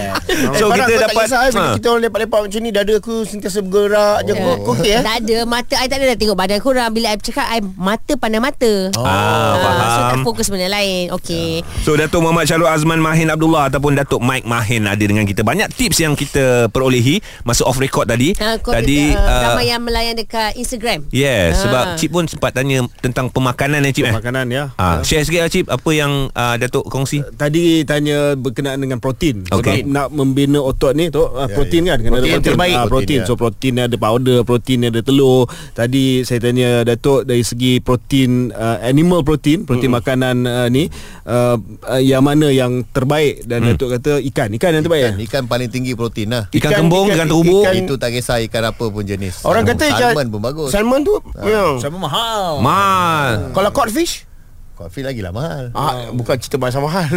[SPEAKER 2] So
[SPEAKER 5] Barang
[SPEAKER 2] kita
[SPEAKER 5] kau tak
[SPEAKER 2] dapat
[SPEAKER 5] kisah, eh, Bila
[SPEAKER 2] ha.
[SPEAKER 5] kita orang lepak-lepak macam ni Dada aku sentiasa bergerak je
[SPEAKER 3] Ya.
[SPEAKER 5] Kau kau okey eh
[SPEAKER 3] Tak ada Mata I tak ada dah tengok badan korang Bila I bercakap I mata pandang mata oh.
[SPEAKER 2] Ah,
[SPEAKER 3] So tak
[SPEAKER 2] faham.
[SPEAKER 3] fokus benda lain Okey
[SPEAKER 2] So Datuk Muhammad Syarul Azman Mahin Abdullah ataupun Datuk Mike Mahin ada dengan kita. Banyak tips yang kita perolehi masa off record tadi. Ah.
[SPEAKER 3] uh,
[SPEAKER 2] tadi Ya.
[SPEAKER 3] uh, Ramai yang melayan dekat Instagram
[SPEAKER 2] Yeah,
[SPEAKER 3] Ah.
[SPEAKER 2] sebab Cip pun sempat tanya tentang pemakanan eh Cip eh.
[SPEAKER 4] Makanan ya.
[SPEAKER 2] Ah, share sikit lah Cip apa yang uh, Datuk kongsi.
[SPEAKER 4] Tadi tanya berkenaan dengan protein
[SPEAKER 2] Okey.
[SPEAKER 4] Sebab nak membina otot ni tu, ah, Protein kan kena
[SPEAKER 5] Protein
[SPEAKER 4] ada
[SPEAKER 5] terbaik.
[SPEAKER 4] ah, Protein
[SPEAKER 6] Protein, ya.
[SPEAKER 4] So protein ada powder Protein ada telur Tadi saya tanya Datuk Dari segi protein uh, Animal protein Protein makanan uh, ni uh, uh, Yang mana yang terbaik
[SPEAKER 5] Mm.
[SPEAKER 4] Dan Datuk kata ikan Ikan yang terbaik
[SPEAKER 5] eh.
[SPEAKER 6] Ikan,
[SPEAKER 4] ikan. Ya?
[SPEAKER 6] ikan paling tinggi protein lah
[SPEAKER 2] Ikan, kembung, ikan, terubur.
[SPEAKER 5] ikan-
[SPEAKER 6] Itu tak kisah ikan apa pun jenis
[SPEAKER 5] Oh. Orang kata ikan-
[SPEAKER 6] Salmon pun bagus
[SPEAKER 5] Salmon tu memang.
[SPEAKER 4] Sama mahal
[SPEAKER 2] Mal.
[SPEAKER 5] Kalau cod fish
[SPEAKER 6] Coffee lagi lah mahal
[SPEAKER 5] Ah, bukan cerita bahasa mahal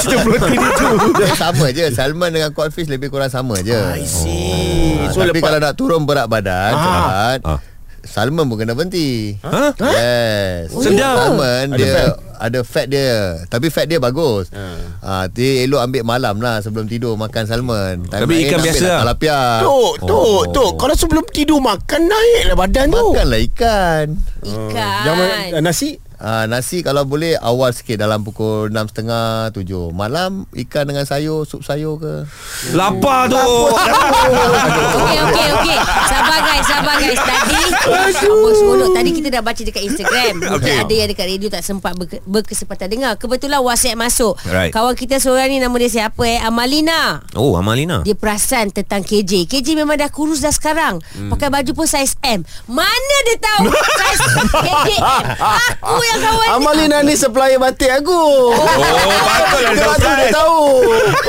[SPEAKER 5] Cerita protein itu
[SPEAKER 6] Dia sama je Salmon dengan cod fish Lebih kurang sama je
[SPEAKER 5] I see
[SPEAKER 6] Ah,
[SPEAKER 5] So
[SPEAKER 6] Tapi
[SPEAKER 5] lepas
[SPEAKER 6] kalau nak turun berat badan Cepat
[SPEAKER 2] Ah.
[SPEAKER 6] Salmon pun kena berhenti
[SPEAKER 2] Ha?
[SPEAKER 6] Yes
[SPEAKER 2] Sedap.
[SPEAKER 6] Salmon ada dia fat. Ada fat dia Tapi fat dia bagus
[SPEAKER 5] Ah.
[SPEAKER 6] ha. Dia elok ambil malam lah Sebelum tidur makan salmon Time
[SPEAKER 2] Tapi
[SPEAKER 6] lain
[SPEAKER 2] ikan
[SPEAKER 6] ambil
[SPEAKER 2] biasa
[SPEAKER 6] lah
[SPEAKER 2] lah.
[SPEAKER 6] Talapia
[SPEAKER 5] Tok, tok, tok Kalau sebelum tidur makan Naiklah badan tu
[SPEAKER 6] Makanlah ikan
[SPEAKER 3] Ikan
[SPEAKER 4] Jangan uh, Nasi
[SPEAKER 6] ha, Nasi kalau boleh Awal sikit Dalam pukul 6.30 7 Malam Ikan dengan sayur Sup sayur ke
[SPEAKER 2] Lapar tu.
[SPEAKER 3] Okey okey okey. Sabar guys, sabar guys. Tadi apa seronok tadi kita dah baca dekat Instagram.
[SPEAKER 2] Okey.
[SPEAKER 3] Okay. Ada yang dekat radio tak sempat berke, berkesempatan dengar. Kebetulan WhatsApp masuk.
[SPEAKER 2] Alright.
[SPEAKER 3] Kawan kita seorang ni nama dia siapa eh? Amalina.
[SPEAKER 2] Oh, Amalina.
[SPEAKER 3] Dia perasan tentang KJ KJ memang dah kurus dah sekarang hmm. Pakai baju pun saiz M Mana dia tahu Saiz KJ M Aku yang kawan dia.
[SPEAKER 4] Amalina ni supplier batik aku
[SPEAKER 2] Oh, patutlah dia
[SPEAKER 4] Sebab tu
[SPEAKER 2] tahu.
[SPEAKER 4] dia tahu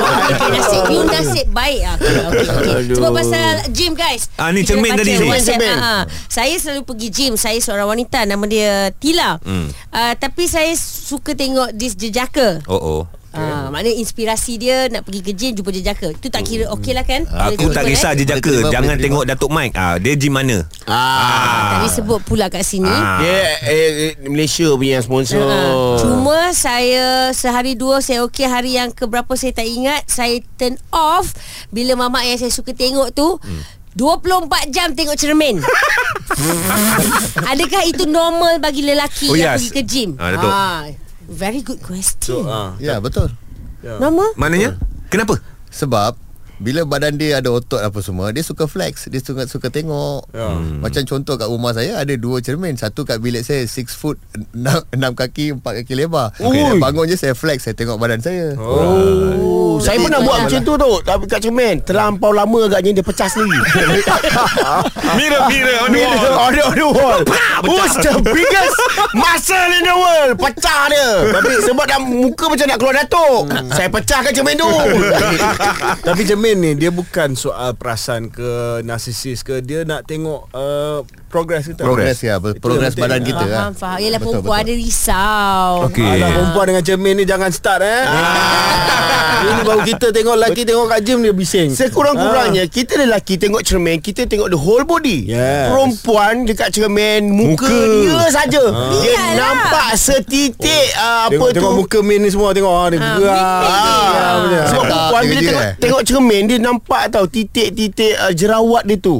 [SPEAKER 3] Okay, nasib you nasib baik ah. Okay, okay, okay. Sebab pasal gym guys.
[SPEAKER 2] Ah, ni
[SPEAKER 3] Kita
[SPEAKER 2] cermin
[SPEAKER 3] nak
[SPEAKER 2] tadi
[SPEAKER 3] baca
[SPEAKER 2] ni.
[SPEAKER 3] WhatsApp,
[SPEAKER 5] Cermin.
[SPEAKER 3] ah, ah. Saya selalu pergi gym. Saya seorang wanita nama dia Tila. Hmm. Uh, tapi saya suka tengok this jejaka.
[SPEAKER 2] Oh, oh.
[SPEAKER 3] Ah, maknanya inspirasi dia nak pergi ke gym jumpa jejaka. Itu tak kira okey lah kan?
[SPEAKER 2] Aku tak kisah
[SPEAKER 6] Boleh
[SPEAKER 2] jejaka
[SPEAKER 6] terima,
[SPEAKER 2] Jangan
[SPEAKER 6] boleh
[SPEAKER 2] tengok Datuk Mike ah, Dia gym mana
[SPEAKER 3] Ah. Tadi sebut pula kat sini.
[SPEAKER 2] Ah.
[SPEAKER 5] Dia eh, eh, Malaysia punya yang sponsor
[SPEAKER 2] Oh.
[SPEAKER 3] Ah. Cuma saya sehari dua saya okey hari yang keberapa saya tak ingat saya turn off bila mamak yang saya suka tengok tu hmm. 24 jam tengok cermin. Adakah itu normal bagi lelaki
[SPEAKER 2] Oh,
[SPEAKER 3] oh, yang
[SPEAKER 2] yes.
[SPEAKER 3] pergi ke gym?
[SPEAKER 2] Ah, Datuk.
[SPEAKER 3] very good question. So,
[SPEAKER 6] Ya betul
[SPEAKER 3] Normal?
[SPEAKER 2] Maknanya? Kenapa?
[SPEAKER 6] Sebab bila badan dia ada otot apa semua dia suka flex dia suka suka tengok yeah. macam contoh kat rumah saya ada dua cermin satu kat bilik saya 6 foot 6, 6 kaki 4 kaki lebar okay. bangun je saya flex saya tengok badan saya
[SPEAKER 5] Oh, saya
[SPEAKER 6] Jadi
[SPEAKER 5] pernah
[SPEAKER 6] itu
[SPEAKER 5] buat
[SPEAKER 6] yang-
[SPEAKER 5] macam tu tu Tapi kat cermin Terlampau lama agaknya Dia pecah sendiri
[SPEAKER 2] Mirror, mirror Ah, on the
[SPEAKER 5] Bila
[SPEAKER 2] wall.
[SPEAKER 5] on the, on the wall Who's the biggest Muscle in the world Pecah dia Tapi sebab dah Muka macam nak keluar datuk Saya pecahkan cermin tu
[SPEAKER 4] Tapi Jermaine ni Dia bukan soal perasaan ke Narsisis ke Dia nak tengok uh, Progress kita
[SPEAKER 6] progress ya progress
[SPEAKER 4] penting.
[SPEAKER 6] badan kita
[SPEAKER 3] Faham,
[SPEAKER 6] ah.
[SPEAKER 3] faham. Yelah
[SPEAKER 6] Betul,
[SPEAKER 3] perempuan
[SPEAKER 6] betul.
[SPEAKER 3] dia risau.
[SPEAKER 2] Ya. Okey.
[SPEAKER 4] Alah perempuan dengan cermin ni Jangan start eh Ini baru kita tengok lelaki Tengok kat gym dia bising
[SPEAKER 5] Sekurang-kurangnya Kita lelaki tengok cermin Kita tengok the whole body
[SPEAKER 4] Yes.
[SPEAKER 5] Perempuan dekat cermin
[SPEAKER 2] Muka.
[SPEAKER 5] Muka, dia saja Dia
[SPEAKER 3] Iyalah.
[SPEAKER 5] nampak setitik ah, Apa
[SPEAKER 4] Tengok,
[SPEAKER 5] tu
[SPEAKER 4] tengok muka Min ni semua Tengok ah, dia gerak ah, macam tu.
[SPEAKER 5] Sebab
[SPEAKER 6] Otak
[SPEAKER 5] perempuan
[SPEAKER 6] dia
[SPEAKER 5] bila
[SPEAKER 6] kerja,
[SPEAKER 5] tengok,
[SPEAKER 6] eh?
[SPEAKER 5] tengok cermin Dia nampak tau Titik-titik uh, jerawat dia tu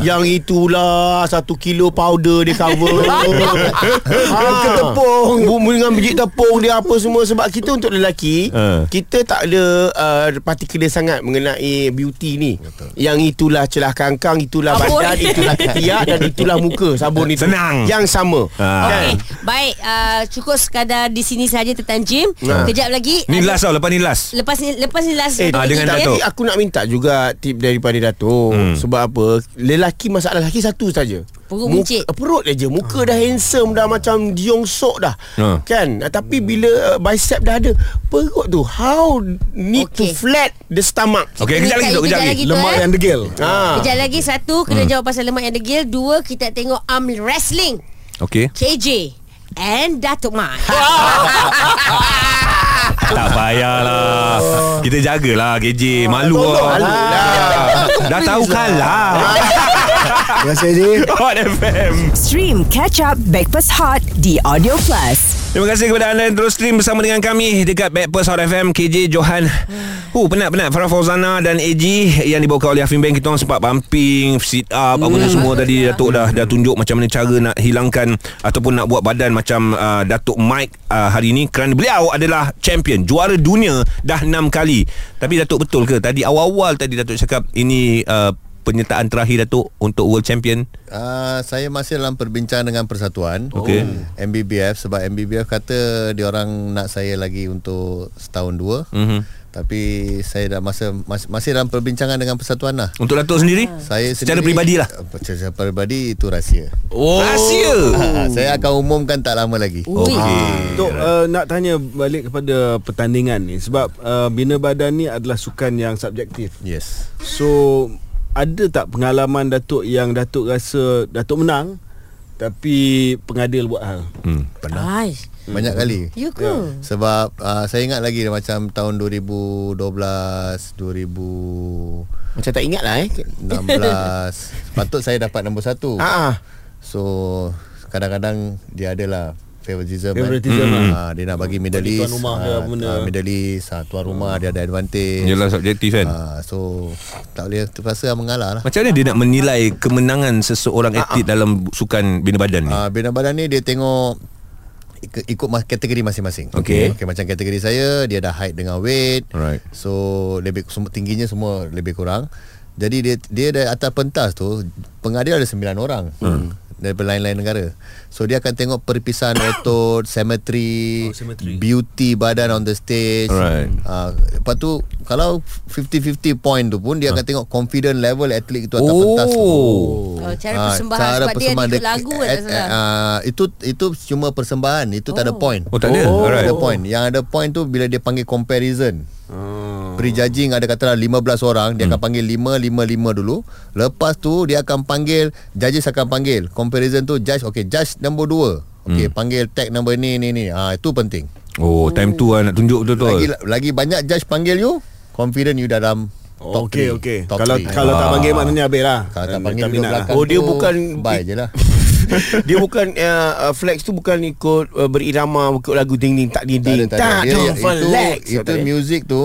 [SPEAKER 5] Yang itulah Satu kilo powder dia cover Ah. Muka tepung Bumbu dengan biji tepung dia apa semua Sebab kita untuk lelaki
[SPEAKER 2] Ha.
[SPEAKER 5] Kita tak ada uh, Particular sangat mengenai beauty ni Yang itulah celah kangkang Itulah
[SPEAKER 3] Sabun.
[SPEAKER 5] badan Itulah ketiak Dan itulah muka Sabun itu
[SPEAKER 2] Senang.
[SPEAKER 5] Yang sama Kan?
[SPEAKER 2] Ah.
[SPEAKER 3] Okey, baik. Uh, cukup sekadar di sini saja tentang Jim. Kejap lagi.
[SPEAKER 2] Ni
[SPEAKER 3] ada-
[SPEAKER 2] last tau Lepas ni last
[SPEAKER 3] Lepas ni lepas ni last
[SPEAKER 5] Eh,
[SPEAKER 2] Ah,
[SPEAKER 5] tapi-
[SPEAKER 2] dengan
[SPEAKER 5] tapi
[SPEAKER 2] Datuk.
[SPEAKER 5] aku nak minta juga tip daripada Datuk. Hmm. Sebab apa? Lelaki masalah lelaki satu saja.
[SPEAKER 3] Perut
[SPEAKER 5] Muka-
[SPEAKER 3] buncit.
[SPEAKER 5] Perut aja. Muka dah handsome dah macam Diong Sok dah.
[SPEAKER 2] Ha.
[SPEAKER 5] Kan? Ah, Tapi bila uh, bicep dah ada, perut tu how need okay. to
[SPEAKER 3] Okey.
[SPEAKER 5] flat the stomach.
[SPEAKER 2] Okay
[SPEAKER 3] Ini
[SPEAKER 2] kejap lagi
[SPEAKER 3] kat-
[SPEAKER 2] tu Kejap
[SPEAKER 3] kejap
[SPEAKER 2] lagi
[SPEAKER 3] lagi.
[SPEAKER 4] Lemak
[SPEAKER 3] eh?
[SPEAKER 4] yang degil Ah.
[SPEAKER 5] Ha.
[SPEAKER 2] Ah.
[SPEAKER 3] Kejap lagi satu kena hmm. jawab pasal lemak yang degil, dua kita tengok arm wrestling.
[SPEAKER 2] Okay
[SPEAKER 3] KJ and Datuk Mat.
[SPEAKER 2] Ha. Tak payahlah Kita jagalah KJ Malu lah
[SPEAKER 5] Malu lah.
[SPEAKER 2] Dah tahu kalah
[SPEAKER 4] Terima kasih Ji
[SPEAKER 2] Hot FM
[SPEAKER 1] Stream Catch Up Backpass Hot di Audio Plus.
[SPEAKER 2] Terima kasih kepada anda yang terus stream bersama dengan kami dekat Backpast Hot FM KJ Johan. Hu penat-penat Farah Fauzana dan AG yang dibawakan oleh Afim Bank kita orang sempat bumping, sit up, apa ni semua tadi Datuk dah dah tunjuk macam mana cara nak hilangkan ataupun nak buat badan macam uh, Datuk Mike uh, hari ini kerana beliau adalah champion juara dunia dah 6 kali. Tapi Datuk betul ke tadi awal-awal tadi Datuk cakap ini uh, penyertaan terakhir Datuk untuk world champion?
[SPEAKER 6] Uh, saya masih dalam perbincangan dengan persatuan Oh.
[SPEAKER 2] Okey.
[SPEAKER 6] MBBF sebab MBBF kata dia orang nak saya lagi untuk setahun dua mm-hmm. tapi saya dah masa mas, masih dalam perbincangan dengan persatuan lah
[SPEAKER 2] Untuk Datuk sendiri?
[SPEAKER 6] saya
[SPEAKER 2] Secara
[SPEAKER 6] sendiri,
[SPEAKER 4] lah.
[SPEAKER 2] peribadilah.
[SPEAKER 6] eh, secara peribadi itu rahsia
[SPEAKER 2] Oh. Rahsia.
[SPEAKER 6] ha, saya akan umumkan tak lama lagi
[SPEAKER 4] Oh.
[SPEAKER 2] Okey.
[SPEAKER 4] Tok uh, nak tanya balik kepada pertandingan ni sebab uh, bina badan ni adalah sukan yang subjektif.
[SPEAKER 6] yes
[SPEAKER 4] So ada tak pengalaman Datuk yang Datuk rasa Datuk menang tapi pengadil buat hal?
[SPEAKER 2] Hmm.
[SPEAKER 6] pernah
[SPEAKER 3] Ai,
[SPEAKER 6] banyak kali
[SPEAKER 3] you
[SPEAKER 2] Ya.
[SPEAKER 3] ke?
[SPEAKER 6] Sebab uh, saya ingat lagi dia macam tahun 2012, 2016
[SPEAKER 5] Macam tak ingat lah eh.
[SPEAKER 6] Patut saya dapat nombor satu
[SPEAKER 5] Ah, ah.
[SPEAKER 6] So kadang-kadang dia adalah favoritism
[SPEAKER 4] Favoritism
[SPEAKER 6] kan?
[SPEAKER 4] lah.
[SPEAKER 6] Ah, dia nak bagi medal
[SPEAKER 4] Bagi
[SPEAKER 6] list
[SPEAKER 4] tuan rumah ke
[SPEAKER 6] ah,
[SPEAKER 4] apa benda.
[SPEAKER 6] ah, medal list ah, tuan rumah dia ada advantage
[SPEAKER 2] Yelah, subjektif kan?
[SPEAKER 6] Ah, so tak boleh terpaksa mengalah lah
[SPEAKER 2] Macam mana dia nak menilai kemenangan seseorang atlet dalam sukan bina badan ni?
[SPEAKER 6] Ah, bina badan ni dia tengok ikut, ikut mas- kategori masing-masing.
[SPEAKER 2] Okey.
[SPEAKER 6] Okey macam kategori saya dia ada height dengan weight.
[SPEAKER 2] Alright.
[SPEAKER 6] So lebih semua tingginya semua lebih kurang. Jadi dia dia dari atas pentas tu pengadil ada 9 orang. Hmm. Daripada lain-lain negara So dia akan tengok Perpisahan otot Symmetry, oh, symmetry Beauty badan on the stage
[SPEAKER 2] Alright.
[SPEAKER 6] uh, Lepas tu Kalau 50-50 point tu pun Dia akan tengok Confident level atlet itu Atas
[SPEAKER 2] Ah. Oh.
[SPEAKER 6] pentas tu
[SPEAKER 3] Oh, cara
[SPEAKER 6] Ah,
[SPEAKER 3] persembahan
[SPEAKER 6] cara
[SPEAKER 3] sebab
[SPEAKER 6] persembahan
[SPEAKER 3] dia ada
[SPEAKER 6] dia-
[SPEAKER 3] lagu kan tak
[SPEAKER 6] eh,
[SPEAKER 3] salah.
[SPEAKER 6] eh, ah, itu itu cuma persembahan, itu tak ada point.
[SPEAKER 2] Oh, tak ada? Oh.
[SPEAKER 6] Tak ada
[SPEAKER 2] Alright.
[SPEAKER 6] point. Yang ada point tu bila dia panggil comparison.
[SPEAKER 2] Oh.
[SPEAKER 6] Pre-judging ada katalah 15 orang, dia akan
[SPEAKER 2] Hmm.
[SPEAKER 6] panggil 5 5 5 dulu. Lepas tu dia akan panggil judges akan panggil. Comparison tu judge okay, judge nombor 2. Okay,
[SPEAKER 2] Hmm.
[SPEAKER 6] panggil tag nombor ni ni ni. Ah itu penting.
[SPEAKER 2] Oh, time tu lah nak tunjuk
[SPEAKER 6] Lagi
[SPEAKER 2] betul-betul.
[SPEAKER 6] lagi banyak judge panggil you, confident you dalam
[SPEAKER 4] Oh,
[SPEAKER 6] top
[SPEAKER 4] Okey
[SPEAKER 6] three.
[SPEAKER 4] okey.
[SPEAKER 6] Top
[SPEAKER 4] Kalau
[SPEAKER 6] three.
[SPEAKER 4] kalau tak panggil maknanya habis lah.
[SPEAKER 6] kalau tak
[SPEAKER 4] Eh,
[SPEAKER 6] panggil duduk
[SPEAKER 4] minat lah.
[SPEAKER 6] belakang
[SPEAKER 5] Oh, dia
[SPEAKER 6] tu,
[SPEAKER 5] bukan-
[SPEAKER 6] bye je lah
[SPEAKER 5] dia bukan uh, uh, flex tu bukan ikut uh, berirama ikut lagu ding ding tak ding
[SPEAKER 6] Tak ada,
[SPEAKER 5] ding.
[SPEAKER 6] tak ada.
[SPEAKER 5] Tak,
[SPEAKER 6] Dia,
[SPEAKER 5] don't
[SPEAKER 6] itu,
[SPEAKER 5] flex.
[SPEAKER 6] itu music tu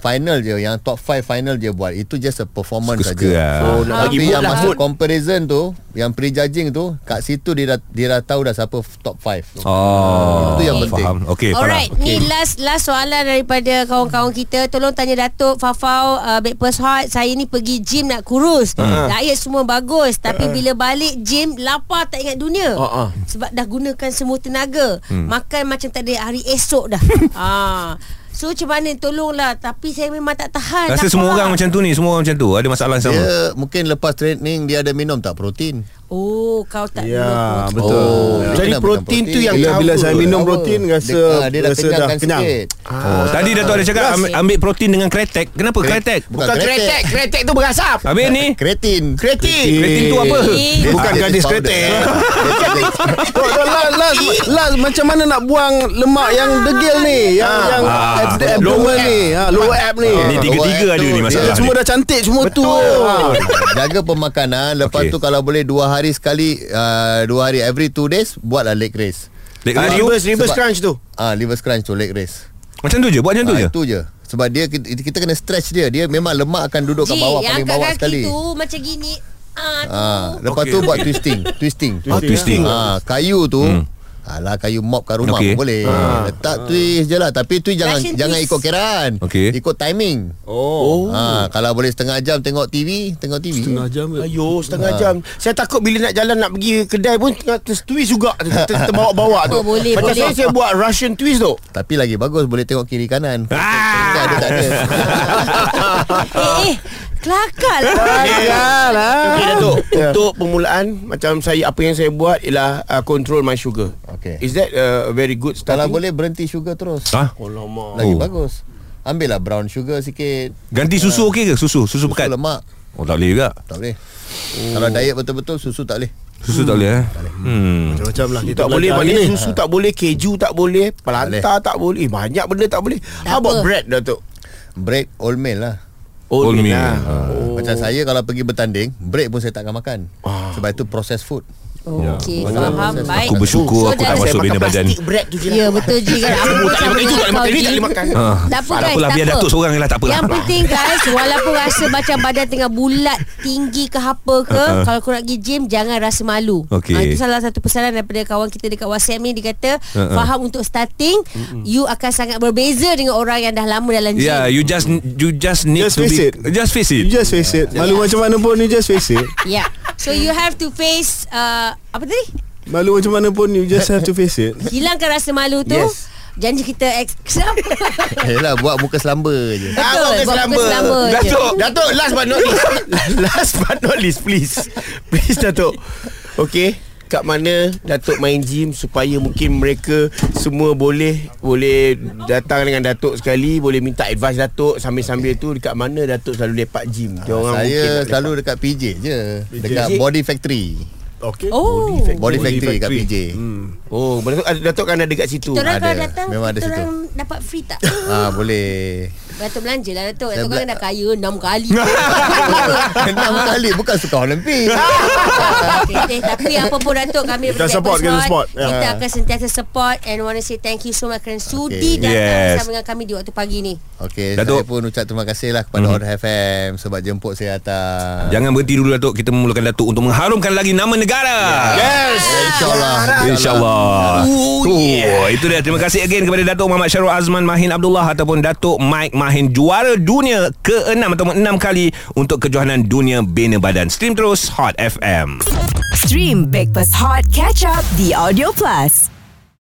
[SPEAKER 6] final je yang top 5 final je buat itu just a performance
[SPEAKER 2] Suka-suka
[SPEAKER 6] saja.
[SPEAKER 2] lah.
[SPEAKER 6] So,
[SPEAKER 5] Oh, nak bagi
[SPEAKER 6] tapi
[SPEAKER 5] mood
[SPEAKER 6] yang
[SPEAKER 5] lah,
[SPEAKER 6] masuk
[SPEAKER 5] mood.
[SPEAKER 6] comparison tu, yang pre-judging tu, kat situ dia dah, dia dah tahu dah siapa f- top 5.
[SPEAKER 2] Oh,
[SPEAKER 6] Itu yang penting.
[SPEAKER 2] Faham. Okey, faham.
[SPEAKER 3] Alright, ni last last soalan daripada kawan-kawan kita. Tolong tanya Datuk Fafau uh, Breakfast Hot. Saya ni pergi gym nak kurus.
[SPEAKER 2] Ha.
[SPEAKER 3] Diet semua bagus, tapi bila balik gym lapar tak ingat dunia.
[SPEAKER 5] Ha, ha.
[SPEAKER 3] Sebab dah gunakan semua tenaga.
[SPEAKER 2] Hmm.
[SPEAKER 3] Makan macam tak ada hari esok dah. ah. So macam mana tolonglah tapi saya memang tak tahan.
[SPEAKER 2] Rasa
[SPEAKER 3] lapar.
[SPEAKER 2] semua orang macam tu ni Semua orang macam tu Ada masalah yang sama
[SPEAKER 6] Dia mungkin lepas training dia ada minum tak protein.
[SPEAKER 3] Oh, kau tak
[SPEAKER 4] Ya
[SPEAKER 3] minum.
[SPEAKER 4] betul Ya.
[SPEAKER 6] Oh, Dia
[SPEAKER 5] Jadi
[SPEAKER 6] nak
[SPEAKER 5] protein
[SPEAKER 6] minum
[SPEAKER 5] tu
[SPEAKER 6] protein.
[SPEAKER 5] yang
[SPEAKER 4] bila, bila
[SPEAKER 5] cover.
[SPEAKER 4] saya minum
[SPEAKER 6] Cover.
[SPEAKER 4] protein
[SPEAKER 6] Dia-
[SPEAKER 4] Rasa
[SPEAKER 6] ah, dia dah
[SPEAKER 4] rasa
[SPEAKER 6] kenyangkan sikit.
[SPEAKER 5] Ah,
[SPEAKER 2] oh, Tadi Dato' ada cakap ambil, ambil protein dengan kretek Kenapa kretek?
[SPEAKER 5] Bukan kretek Kretek tu berasap
[SPEAKER 2] Habis ni
[SPEAKER 6] Kreatin.
[SPEAKER 5] Kreatin
[SPEAKER 2] Kreatin tu apa?
[SPEAKER 3] Eh,
[SPEAKER 4] Bukan
[SPEAKER 6] Dia-
[SPEAKER 4] gadis
[SPEAKER 6] dia-
[SPEAKER 4] kretek.
[SPEAKER 6] dia- dia-
[SPEAKER 4] Tok, tok, last, last, last, Ah, macam mana nak buang lemak yang degil ni Yang, yang
[SPEAKER 2] Ah.
[SPEAKER 4] ab- abdomen ni ha, Lower ab ni
[SPEAKER 2] Ni tiga-tiga
[SPEAKER 6] Lower
[SPEAKER 2] ada
[SPEAKER 6] abdomen.
[SPEAKER 2] ni masalah
[SPEAKER 4] Semua
[SPEAKER 2] ni.
[SPEAKER 4] dah cantik Semua tu ha.
[SPEAKER 6] Jaga pemakanan Lepas
[SPEAKER 2] Okey.
[SPEAKER 6] tu kalau boleh Dua hari sekali uh, Dua hari every two days Buatlah leg race
[SPEAKER 2] Dek
[SPEAKER 5] Ah,
[SPEAKER 2] Melayu
[SPEAKER 5] Reverse reverse
[SPEAKER 6] Sebab-
[SPEAKER 5] crunch tu
[SPEAKER 6] Ah, Liver crunch tu leg race
[SPEAKER 2] Macam tu je Buat macam tu
[SPEAKER 6] Ah,
[SPEAKER 2] je
[SPEAKER 6] Itu je Sebab dia kita, kita kena stretch dia Dia memang lemak akan duduk kat
[SPEAKER 3] Ji,
[SPEAKER 6] bawah
[SPEAKER 3] yang
[SPEAKER 6] Paling
[SPEAKER 3] angkat
[SPEAKER 6] bawah
[SPEAKER 3] kaki
[SPEAKER 6] sekali
[SPEAKER 3] tu macam gini. Ah, tu.
[SPEAKER 6] Ah, Lepas tu
[SPEAKER 2] Okey.
[SPEAKER 6] buat twisting Twisting
[SPEAKER 2] Ah, twisting. Hmm.
[SPEAKER 6] Ah, Kayu tu Alah kayu mop kat rumah
[SPEAKER 2] Okey. Ah.
[SPEAKER 6] okay. boleh. Letak twist je lah tapi twist jangan
[SPEAKER 3] Russian
[SPEAKER 6] jangan
[SPEAKER 3] twist.
[SPEAKER 6] ikut keraan.
[SPEAKER 2] Okey.
[SPEAKER 6] Ikut timing.
[SPEAKER 5] Oh
[SPEAKER 6] Ha, kalau boleh setengah jam tengok TV, tengok TV.
[SPEAKER 4] Setengah jam
[SPEAKER 5] Ayuh setengah jam Saya takut bila nak jalan Nak pergi kedai pun Tengah ter- twist juga ter- ter- Terbawa-bawa tu
[SPEAKER 3] Oh, boleh,
[SPEAKER 5] Macam
[SPEAKER 3] boleh.
[SPEAKER 5] saya saya buat Russian twist tu
[SPEAKER 6] Tapi lagi bagus boleh tengok kiri kanan.
[SPEAKER 2] Ah!
[SPEAKER 6] Tak ada tak ada.
[SPEAKER 3] Eh, eh. Kelakar lah.
[SPEAKER 6] Ya.
[SPEAKER 5] Okay Datuk Untuk permulaan Macam saya Apa yang saya buat Ialah uh, Control my sugar
[SPEAKER 6] Okey.
[SPEAKER 5] Is that uh, a very good
[SPEAKER 6] Kalau
[SPEAKER 5] starting?
[SPEAKER 6] boleh berhenti sugar terus.
[SPEAKER 2] Ha?
[SPEAKER 5] Alamak
[SPEAKER 6] Lagi
[SPEAKER 2] Oh.
[SPEAKER 6] bagus. Ambil lah brown sugar sikit.
[SPEAKER 2] Ganti susu okey ke? Susu Susu
[SPEAKER 6] Susu
[SPEAKER 2] pekat
[SPEAKER 6] lemak
[SPEAKER 2] Oh tak boleh juga
[SPEAKER 6] tak boleh. Kalau diet betul-betul susu tak boleh.
[SPEAKER 2] Susu tak boleh eh Hmm
[SPEAKER 4] Macam-macam lah
[SPEAKER 5] Susu
[SPEAKER 4] kita
[SPEAKER 5] tak boleh
[SPEAKER 4] belajar
[SPEAKER 5] Maknanya
[SPEAKER 4] ni.
[SPEAKER 5] susu tak boleh Keju tak boleh Pelanta tak boleh Eh, Banyak benda tak boleh How
[SPEAKER 3] apa.
[SPEAKER 5] about bread Datuk?
[SPEAKER 6] Break oatmeal lah.
[SPEAKER 2] Oatmeal.
[SPEAKER 5] lah.
[SPEAKER 2] Ah.
[SPEAKER 5] Oh.
[SPEAKER 6] Macam saya kalau pergi bertanding, break pun saya takkan makan. Sebab itu processed food.
[SPEAKER 3] Okey,
[SPEAKER 6] Ya,
[SPEAKER 3] faham. Baik.
[SPEAKER 2] Aku bersyukur Aku tak
[SPEAKER 3] dalam-
[SPEAKER 5] Saya
[SPEAKER 2] masuk
[SPEAKER 5] makan
[SPEAKER 2] bina badan
[SPEAKER 5] plastik bread tu je lah.
[SPEAKER 3] Ya betul je kan Aku
[SPEAKER 5] Semua tak boleh makan itu, tak boleh makan ini, tak boleh makan.
[SPEAKER 2] Ah,
[SPEAKER 3] Tak apa
[SPEAKER 2] tak
[SPEAKER 3] guys
[SPEAKER 2] apalah,
[SPEAKER 3] tak
[SPEAKER 2] biar
[SPEAKER 3] apa.
[SPEAKER 2] Datuk seorang je lah, tak apalah.
[SPEAKER 3] Yang penting guys Walaupun rasa macam badan tengah bulat Tinggi ke apa ke Kalau korang pergi gym Jangan rasa malu
[SPEAKER 2] Ha, Okey.
[SPEAKER 3] Ah, Itu salah satu pesanan daripada kawan kita Dekat WhatsApp ni Dia kata
[SPEAKER 2] Uh-uh.
[SPEAKER 3] Faham untuk starting You akan sangat berbeza Dengan orang yang dah lama dalam gym
[SPEAKER 2] Yeah Ya, you just You just need
[SPEAKER 4] Just
[SPEAKER 2] to
[SPEAKER 4] face
[SPEAKER 2] be
[SPEAKER 4] it.
[SPEAKER 2] Just face it
[SPEAKER 4] You just face it Malu macam mana pun You just face it
[SPEAKER 3] yeah. Ya. So you have to face uh, Apa tadi?
[SPEAKER 4] Malu macam mana pun You just have to face it
[SPEAKER 3] Hilangkan rasa malu tu
[SPEAKER 6] Yes.
[SPEAKER 3] Janji kita ex- Betul
[SPEAKER 6] Yelah buat muka selamba je.
[SPEAKER 3] buat
[SPEAKER 5] Ah, buat selamba.
[SPEAKER 3] muka selamba je.
[SPEAKER 5] Datuk, Datuk last but not least. last but not least please. Please Datuk. Okay kat mana Datuk main gym supaya mungkin mereka semua boleh boleh datang dengan Datuk sekali boleh minta advice Datuk sambil-sambil tu dekat mana Datuk selalu lepak gym dia orang mungkin
[SPEAKER 6] Ah, Saya
[SPEAKER 5] nak
[SPEAKER 6] selalu dekat PJ je. Dekat
[SPEAKER 5] PJ?
[SPEAKER 6] Body Factory.
[SPEAKER 4] Okay
[SPEAKER 3] Oh
[SPEAKER 6] Body Factory kat PJ.
[SPEAKER 5] lepak. oh Datuk, Datuk kan ada kat situ
[SPEAKER 3] Kita orang
[SPEAKER 6] ada.
[SPEAKER 3] kalau datang
[SPEAKER 6] Memang ada
[SPEAKER 3] Kita
[SPEAKER 6] situ.
[SPEAKER 3] orang dapat free tak?
[SPEAKER 6] Ah boleh.
[SPEAKER 3] Datuk belanja lah Datuk
[SPEAKER 6] Saya
[SPEAKER 3] Datuk kan
[SPEAKER 6] bela-
[SPEAKER 3] dah kaya 6 kali
[SPEAKER 6] Enam kali bukan suka Olimpik.
[SPEAKER 3] okay, okay. Tapi apa pun Datuk Kami
[SPEAKER 4] Kita
[SPEAKER 3] daripada
[SPEAKER 4] support,
[SPEAKER 3] Breakfast
[SPEAKER 4] kita
[SPEAKER 3] Hot,
[SPEAKER 4] support.
[SPEAKER 3] Kita
[SPEAKER 6] Ya.
[SPEAKER 3] akan sentiasa support And want to say thank you so much Kerana sudi
[SPEAKER 6] Okay.
[SPEAKER 3] datang
[SPEAKER 2] Yes.
[SPEAKER 3] bersama dengan kami Di waktu pagi ni
[SPEAKER 6] Okey,
[SPEAKER 2] Datuk.
[SPEAKER 6] saya pun ucap terima kasih lah kepada mm-hmm. Hot FM sebab jemput saya atas.
[SPEAKER 2] Jangan berhenti dulu Datuk Kita memulakan Datuk Untuk mengharumkan lagi nama negara
[SPEAKER 4] Ya.
[SPEAKER 5] yes
[SPEAKER 6] InsyaAllah.
[SPEAKER 2] InsyaAllah oh, yeah. Itu dia Terima kasih again kepada Datuk Muhammad Syarul Azman Mahin Abdullah Ataupun Datuk Mike Mahin Juara dunia ke-6 ataupun 6 kali Untuk kejohanan dunia bina badan Stream terus Hot FM
[SPEAKER 1] Stream Breakfast Hot Catch Up The Audio Plus.